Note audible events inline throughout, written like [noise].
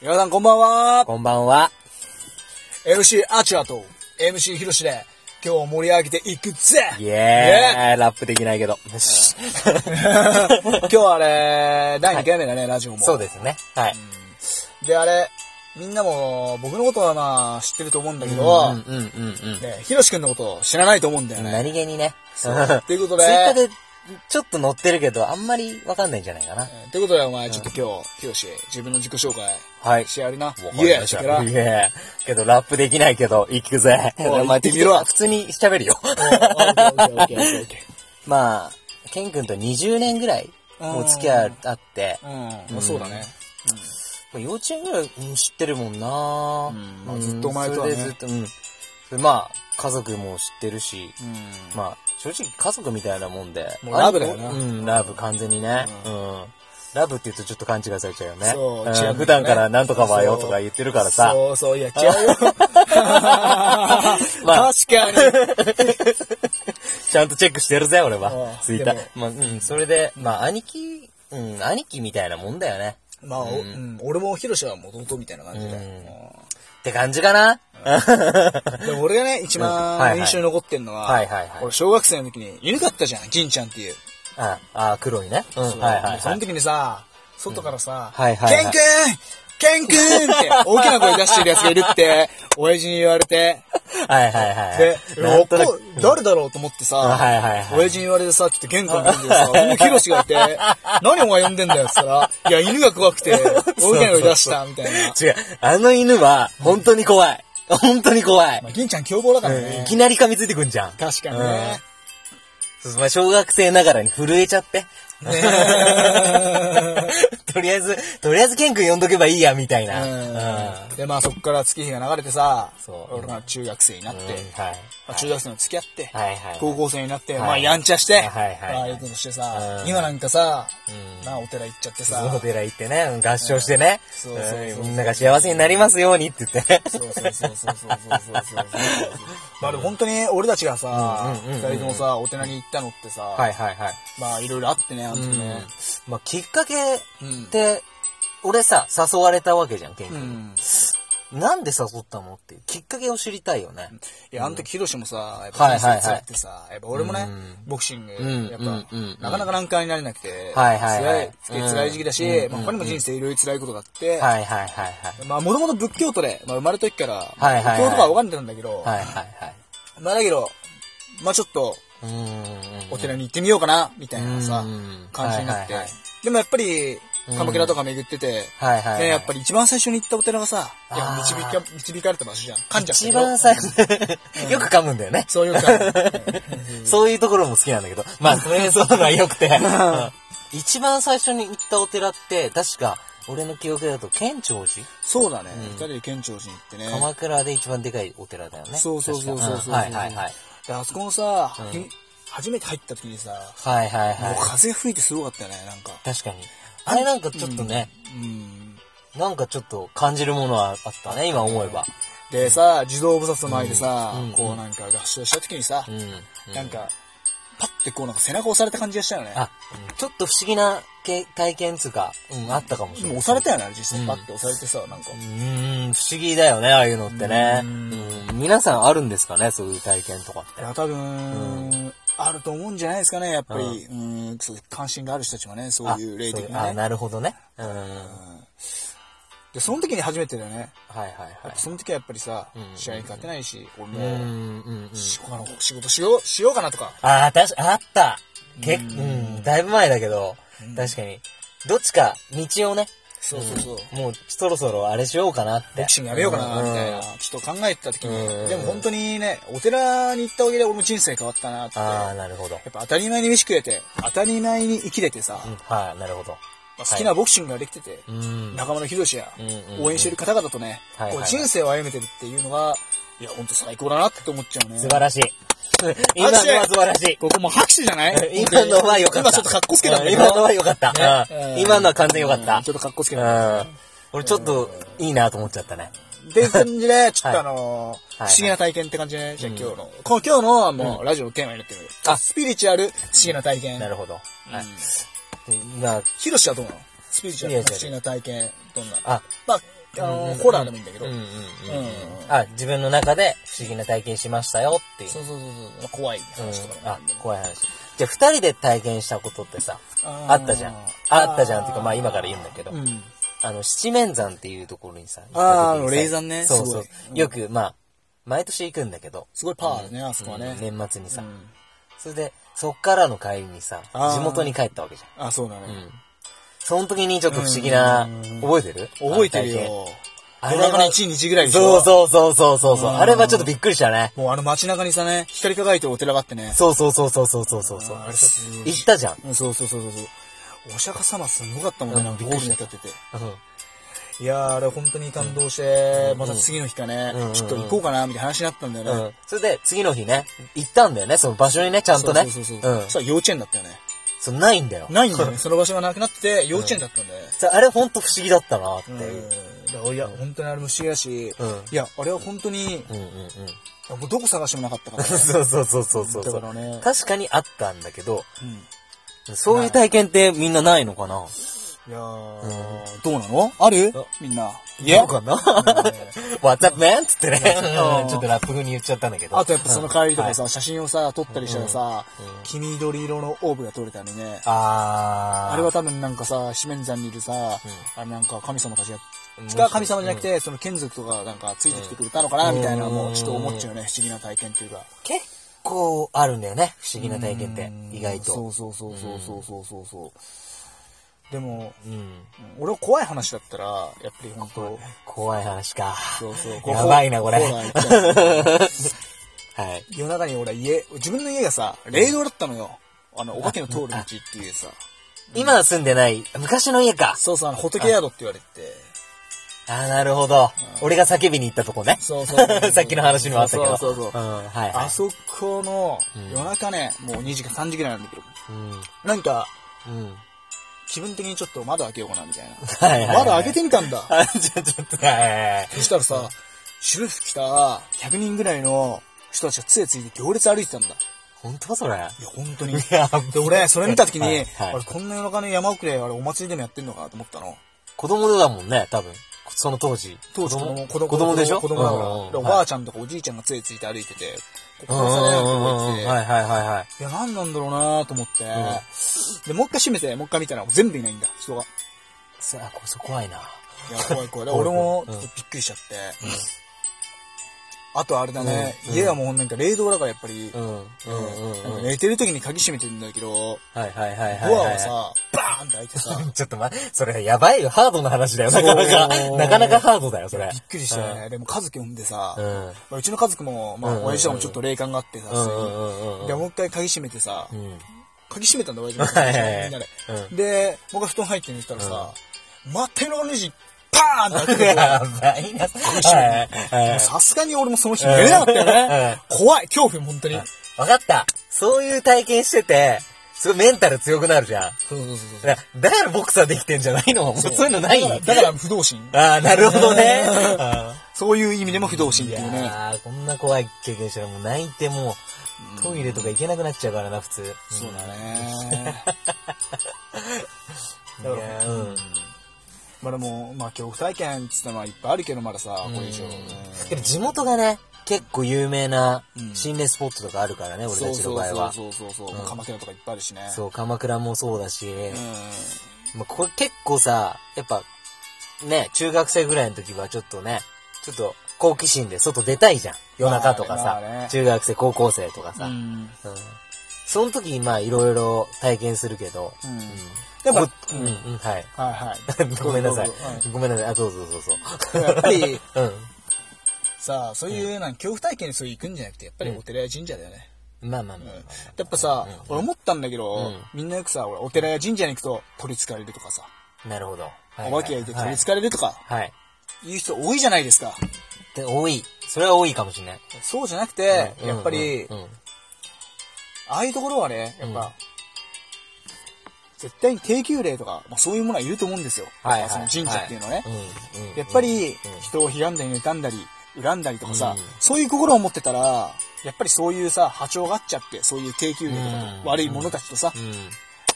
皆さんこんばんは。こんばんは。 MC アチュアと MC ヒロシで今日を盛り上げていくぜイエーイラップできないけど。 [laughs] 今日あれ、第2回目だね、ラジオも。そうですね。はい。す。で、あれ、みんなも僕のことはまあ知ってると思うんだけうんど、うんうんね、ヒロシ君のこと知らないと思うんだようん。ね。何気にね。そう。ということで [laughs] ツイッターでちょっと載ってるけど、あんまりわかんないんじゃないかな。えーということでお前ちょっと今日、ヒロシ、自分の自己紹介はい。してやりな。わかイりエーまイしチたェケ [laughs] ラ。イエーイけど、ラップできないけど、行くぜ。おいま行あってみろ普通に喋るよ。オッケーオッケーオッケーオッケまあ、ケン君と20年ぐらい、もう付き合いあって、ー。うん、まあそうだね。まあ幼稚園ぐらいうん知ってるもんな、うんまあずっとお前とはねそれでずっと、うん。でまあ、家族も知ってるし、うん。まあ、正直家族みたいなもんで。もうラブだよなうん、ラブ、完全にね。ううん。ラブって言うとちょっと勘違いされちゃうよね。そううん違うよね普段からなんとかはよとか言ってるからさ。そうそう、いや、違 [laughs] うよ。まあ、確か [laughs] に。ちゃんとチェックしてるぜ、俺あはあ。ツイッターで。まあ、うん、それで、まあ、兄貴、うん、兄貴みたいなもんだよね。まあ、おうん俺もヒロシは弟みたいな感じで。って感じかなうんでも俺がね、一うんはいは番い印象に残ってるのは、はいはいはい俺小学生の時に犬飼ったじゃん、銀ちゃんっていう。あ、あ、黒いね。うん、はいはいそはのい。時にさ、外からさ、うんはいはいはケンい君ケン君って大きな声出してる奴がいる [laughs] って、親父に言われて、はいはいはい。で、なおんとなくこ誰だろうと思ってさ、はいはいはい親父に言われてさ、ちょっと玄関の時にさ、ほんのヒロシがいて、 [laughs] 何お前呼んでんだよって言ったら、いや、犬が怖くて、大きな声出した、みたいな。違う、あの犬は、本当に怖い。本当に怖いま。あ、銀ちゃん凶暴だからうんいね。きなり噛みついてくんじゃん。確かにね。そうまあ、小学生ながらに震えち [laughs] ゃって。とりあえず、とりあえずケン君呼んどけばいいや、みたいな。うん。はうんで、まあそっから月日が流れてさ、そう俺が中学生になって、い。はいまあ中学生の付き合って、はいはい。高校生になって、はいまあやんちゃして、はいはいまあよくしてさ、うん今なんかさ、うんまあお寺行っちゃってそうさお、寺行ってね、うん合唱してね。そうそうそううんみんなが幸せになりますようにって言って [laughs] ね。そうそうそうそうそうそうそうそうそう。まあでも本当に俺たちがさ、うんうんうんうん二人ともさ、お寺に行ったのってさ、はいはいはい。まあいろいろあってね、あの時ね。まあ、きっかけっうん。て、俺さ、誘われたわけじゃん、ケンう君。ん。なんで誘ったのっていう、きっかけを知りたいよね。いや、あの時ヒロシもさ、やっはぱいはいはい人生辛くてさ、やっぱ俺もねうん、ボクシング、んやっうんうんうんぱ、なかなか難関になれなくて、はいはいはい辛い、辛い時期だし、うんまあ他にも人生いろいろ辛いことがあって、はいはいはいはい。まあ、もともと仏教徒で、まあ、生まれた時から、はいはいはい仏教とかは拝んでたんだけど、はいはいまあ、だけど、まあ、ちょっと、はい。お寺に行ってみようかな、みたいなさうん、感じになってはいはいはい。でもやっぱり、鎌倉とか巡ってて、はいはいはいねやっぱり一番最初に行ったお寺がさ、いやあー導か導かれた場所じゃん。噛んじゃったけど一番最初、よく噛むんだよね。そういうか。 [laughs] そういうところも好きなんだけど。まあ、それ、そういうのは良くて。うん一番最初に行ったお寺って、確か、俺の記憶だと、県庁寺そうだね。二人で県庁寺に行ってね。鎌倉で一番でかいお寺だよね。そうそうそうそうそう確かんはいはいはい。で、あそこのさ、ひ初めて入った時にさ、はいはいもうは風吹いてすごかったよね、なんか。い。確かに。あれなんかちょっとね、うん。なんかちょっと感じるものはあったね、今思えば。でさ、地蔵菩薩の前でさ、うんこうなんか合唱した時にさ、うん。なんか、パッてこうなんか背中押された感じがしたよね。あ、ちょっと不思議なけ体験つうか、うん、あったかもしでもれない。押されたよね、あれ実う際んパッて押されてさ、なんかう。ーん、不思議だよね、ああいうのってね。ううんん、皆さんあるんですかね、そういう体験とかっいて。や、多分、あると思うんじゃないですかね、やっぱり。うん、そう関心がある人たちはね、そういう霊的あそうなあ、ね。なるほどね。うん。はで、その時に初めてだよね。いはいはい。その時はやっぱりさう、ん試合に勝てないし、俺うん、も、うん、うん。しあの仕事しよう、しようかなとか。ああ、確か、あった。けうん、だいぶ前だけど、確かに。どっちか、道をね、そうそうそう。もう、そろそろあれしようかなって。ボクシングやめようかな、みたいうんな、ちょっと考えてた時うに、んでも本当にね、お寺に行ったおかげで俺も人生変わったなって。ああ、やなるほど。っぱ当たり前に飯食えて、当たり前に生きれてさ、うんはい、なるほど。まあ好きなボクシングができてて、うん。仲間の広志やうんうんうん応援してる方々とね、はいはいこう人生を歩めてるっていうのが、いや、ほんと最高だなって思っちゃうね。素晴らしい。今のは素晴らしい。ここもう拍手じゃない [laughs] 今のは良かった。今ちょっと格好つけたんだけど今のは良かった。ねうん今のは完全に良かっうたんち。ょっと格好つけた。うん。俺ちょっといいなと思っちゃったね。っていう感じで、ちょっとはいあのー、不はい思議な体験って感じね。じゃあ今日の。この今日のはもうラジオのテーマになってる。あ、スピリチュアル不思議な体験。なるほど。ど。はい。でまあ、ヒロシはどうなのスピリチュアルいや不思議な体験、どんなあ、まあ、あの、ホラーでもいいんだけど。うんうんうんうん。あ、自分の中で不思議な体験しましたよっていう。そうそうそうそう。怖い話とかねうん、あ、怖い話。じゃあ、二人で体験したことってさ、あーあったじゃん。あったじゃんっていうか、まあ今から言うんだけど、うん。あの、七面山っていうところにさ、行った時にさあーあの霊山ねそうそうす。よく、まあ、毎年行くんだけど、すごいパワーだね、あそこはうんね。年末にうさ、ん。それで、そっからの帰りにさ、あー地元に帰ったわけじあ、そうだゃん。うね。ん。その時にちょっと不思議なうん、覚えてる覚えてる。よ。ドラマの1位、2位ぐらいあでしの体験そょ。うそうそうそうそうそう。うんあれはちょっとびっくりしたね。もうあの街中にさね、光り輝いてるお寺があってね。そうそうそうそうそうそうそうそう。あーあれすごい行ったじゃん。うんそうそうそうそうそう。お釈迦様すごかったもんうね、んなんかびっゴくーりルしにた立ってて。うん。いやー、あれ本当に感動して、んまた次の日かねうん、ちょっと行こうかな、みたいな話になったんだようね。ん。それで、次の日ね、行ったんだよね、その場所にね、ちゃんとね。そうそうそううそんう。そし。たら幼稚園だったよね。そう、ないんだよ。ないんだよね。その場所がなくなってて、幼稚園だったんだよね。そうあれほんと不思議だったなってういう。ん。いや、本当にあれも不思議だし、うんいや、あれは本当に、うんうんうん。 [laughs] もうどこ探してもなかったからね。そうそうそうそうそうそだからう。ね。確かにあったんだけど、うんそういう体験ってみんなないのかないやーどうなのあるあみんな。いどうかな [laughs] ?What's up, man? つってね。うんうんちょっとラップ風に言っちゃったんだけど。あとやっぱその帰りとかうん。はいさ、写真をさ、撮ったりしたらさうんうん、黄緑色のオーブが撮れたりね。あー。あれは多分なんかさ、四面山にいるさ、あれなんか神様たちが、神様じゃなくて、その眷属とかなんかついてきてくれたのかな、みたいな、うんもうちょっと思っちゃうよね、不思議な体験というか。結構あるんだよね、不思議な体験って。意外そと。うそうそうそうそうそうそうそう。でも、うん。俺は怖い話だったら、やっぱり本当怖い話か。そうそう。 [laughs] やばいなこれコーナー行っちゃうはい。夜中に俺家、自分の家がさ、霊道だったのよ。あの、お化けの通る道っていう [laughs] さ。今住んでない、昔の家か。そうそう、あの、仏宿って言われてて。ああ、なるほど。俺が叫びに行ったとこね。そうそうそう [laughs] [laughs] さっきの話にもあったけど。、そうそうそうそうんはい、はい。あそこのうん、夜中ね、もう2時か3時ぐらいなんだけど、うん。なんか、うん。気分的にちょっと窓開けようかな、みたいな。はいはいはい窓開けてみたんだ。 [laughs] あ、ちょ、ちょっと、はいはいはい。そしたらさ、渋服着た100人ぐらいの人たちが杖ついて行列歩いてたんだ。い本当それ。や、本 [laughs] 当に。やで、俺、それ見た時に、はいはいあれ、こんな夜中の山奥で、あれ、お祭りでもやってんのかなと思ったの。子供だもんね、多分。その当時。当時子供、子供子供でしょ子供だから。うんうんうんでおばあちゃんとかおじいちゃんが杖ついて歩いてて、こうこんうかんらさうね、んこううんうん。やっはいはいはいはい。てていや、何なんだろうなと思って、で、もう一回閉めて、もう一回見たら、全部いないんだ、人が。そ、あ、こそ怖いな。いや、怖い怖い。で俺も、うんびっくりしちゃって。あとあれだね、うん家はもうなんか冷凍だからやっぱり、うん。うんうんうん。寝てる時に鍵閉めてるんだけど、はいはいはいはい。ドアをさ、バーンって開いてさ、ちょっとま、それやばいよ。ハードな話だよ。なかなそか、うなかなかハードだよ、それ。びっくりしたよ [laughs] ね。でも、家族呼んでさ、うまあん。うちの家族も、まうんあ、うんうん親父とかもちょっと霊感があってさ、うん普う通にんうんうん。で、もう一回鍵閉めてさう、ん。鍵閉めたんだ、親父も。みんはいはいはいなで。うで、僕が布団入って寝てたらさ、また夜中の2時、パーンっ [laughs] て開けて、 [laughs] やばいな。はいはいもうさすがに俺もその日寝れなかったよね。怖い、恐怖、本当に。わかった。そういう体験してて、すごいメンタル強くなるじゃん。そうそうそうそう。だだからボクサーできてんじゃないのそういうのないだから、だから不動心。ああ、なるほどね。あそういう意味でも不動心っーいていやうね。ー、こんな怖い経験したらもう泣いてもう、トイレとか行けなくなっちゃうからな、普通。そうだ [laughs] ね。いやーうん。まあでも、まあ恐怖体験っつったのはいっぱいあるけど、まださ、これ以上。けど地元がね、結構有名な心霊スポットとかあるからね、俺そたうちのそ場合はう。そうそうそう。う鎌倉とかいっぱいあるしね。そう、鎌倉もそうだし、うまあ、これ結構さ、やっぱ、ね、中学生ぐらいの時はちょっとね、ちょっと好奇心で外出たいじゃん。夜中とかさ、まあねまあね中学生、高校生とかさ。ん。ううんん。その時、まあ、いろいろ体験するけど、ううんんやっぱこうん、うん、はい。。はいはい [laughs] ごめんなさいどうぞどうぞ。ごめんなさい。あ、どうぞどうぞ。うんやっぱり、 [laughs] うさあ、そういう、なんか恐怖体験にそういう行くんじゃなくて、やっぱりお寺や神社だよね。ん。まあまあまあまあ。やっぱさ、俺思ったんだけうどん、みんなよくさ、俺お寺や神社に行くと取り憑かれるとかさ、なるほど。はいはいお化けがいて取り憑はかれるとか、い。はい。いう人多いじゃないですか。で、多い。それは多いかもしれない。そうじゃなくて、うんやっぱり、うんうんああいうところはね、やっぱ、絶対に低級霊とか、まあ、そういうものはいると思うんですよ。はいはいその神社っていうのはね。うんうんやっぱり、人を悲んだり妬んだり、恨んだりとかさ、うんそういう心を持ってたら、やっぱりそういうさ、波長が合っちゃって、そういう低級霊とか、うん悪い者たちとさう、ん。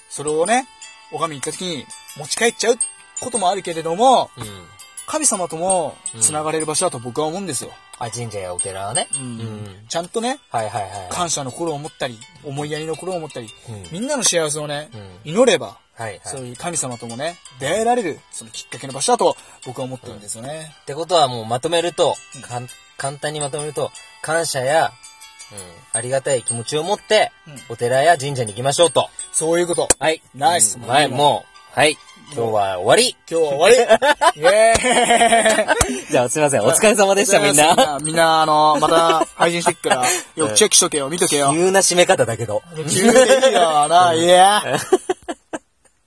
それをね、拝みに行った時に持ち帰っちゃうこともあるけれども、うん。神様とも繋がれる場所だと僕は思うんですよ。あ、神社やお寺はね。ううんん。ちゃんとね、はいはいはい。感謝の心を持ったり、思いやりの心を持ったり、うんみんなの幸せをね、う祈れば、はいはい。そういう神様ともね、出会えられる、そのきっかけの場所だと僕は思ってるんですよね。ってことはもうまとめると、うんかん簡単にまとめると、感謝や、うん、ありがたい気持ちを持って、うんお寺や神社に行きましょうと。そういうこと。はい。ナイスうんはい、もう、はい。今日は終わり。今日は終わりイェーイ [laughs] じゃあすいません。お疲れ様 [laughs] でした、みんな。。みんな、あの、また配信してっ [laughs] から、よくチェックしとけよ、見とけよ。急な締め方だけど。急でいいよな、いや。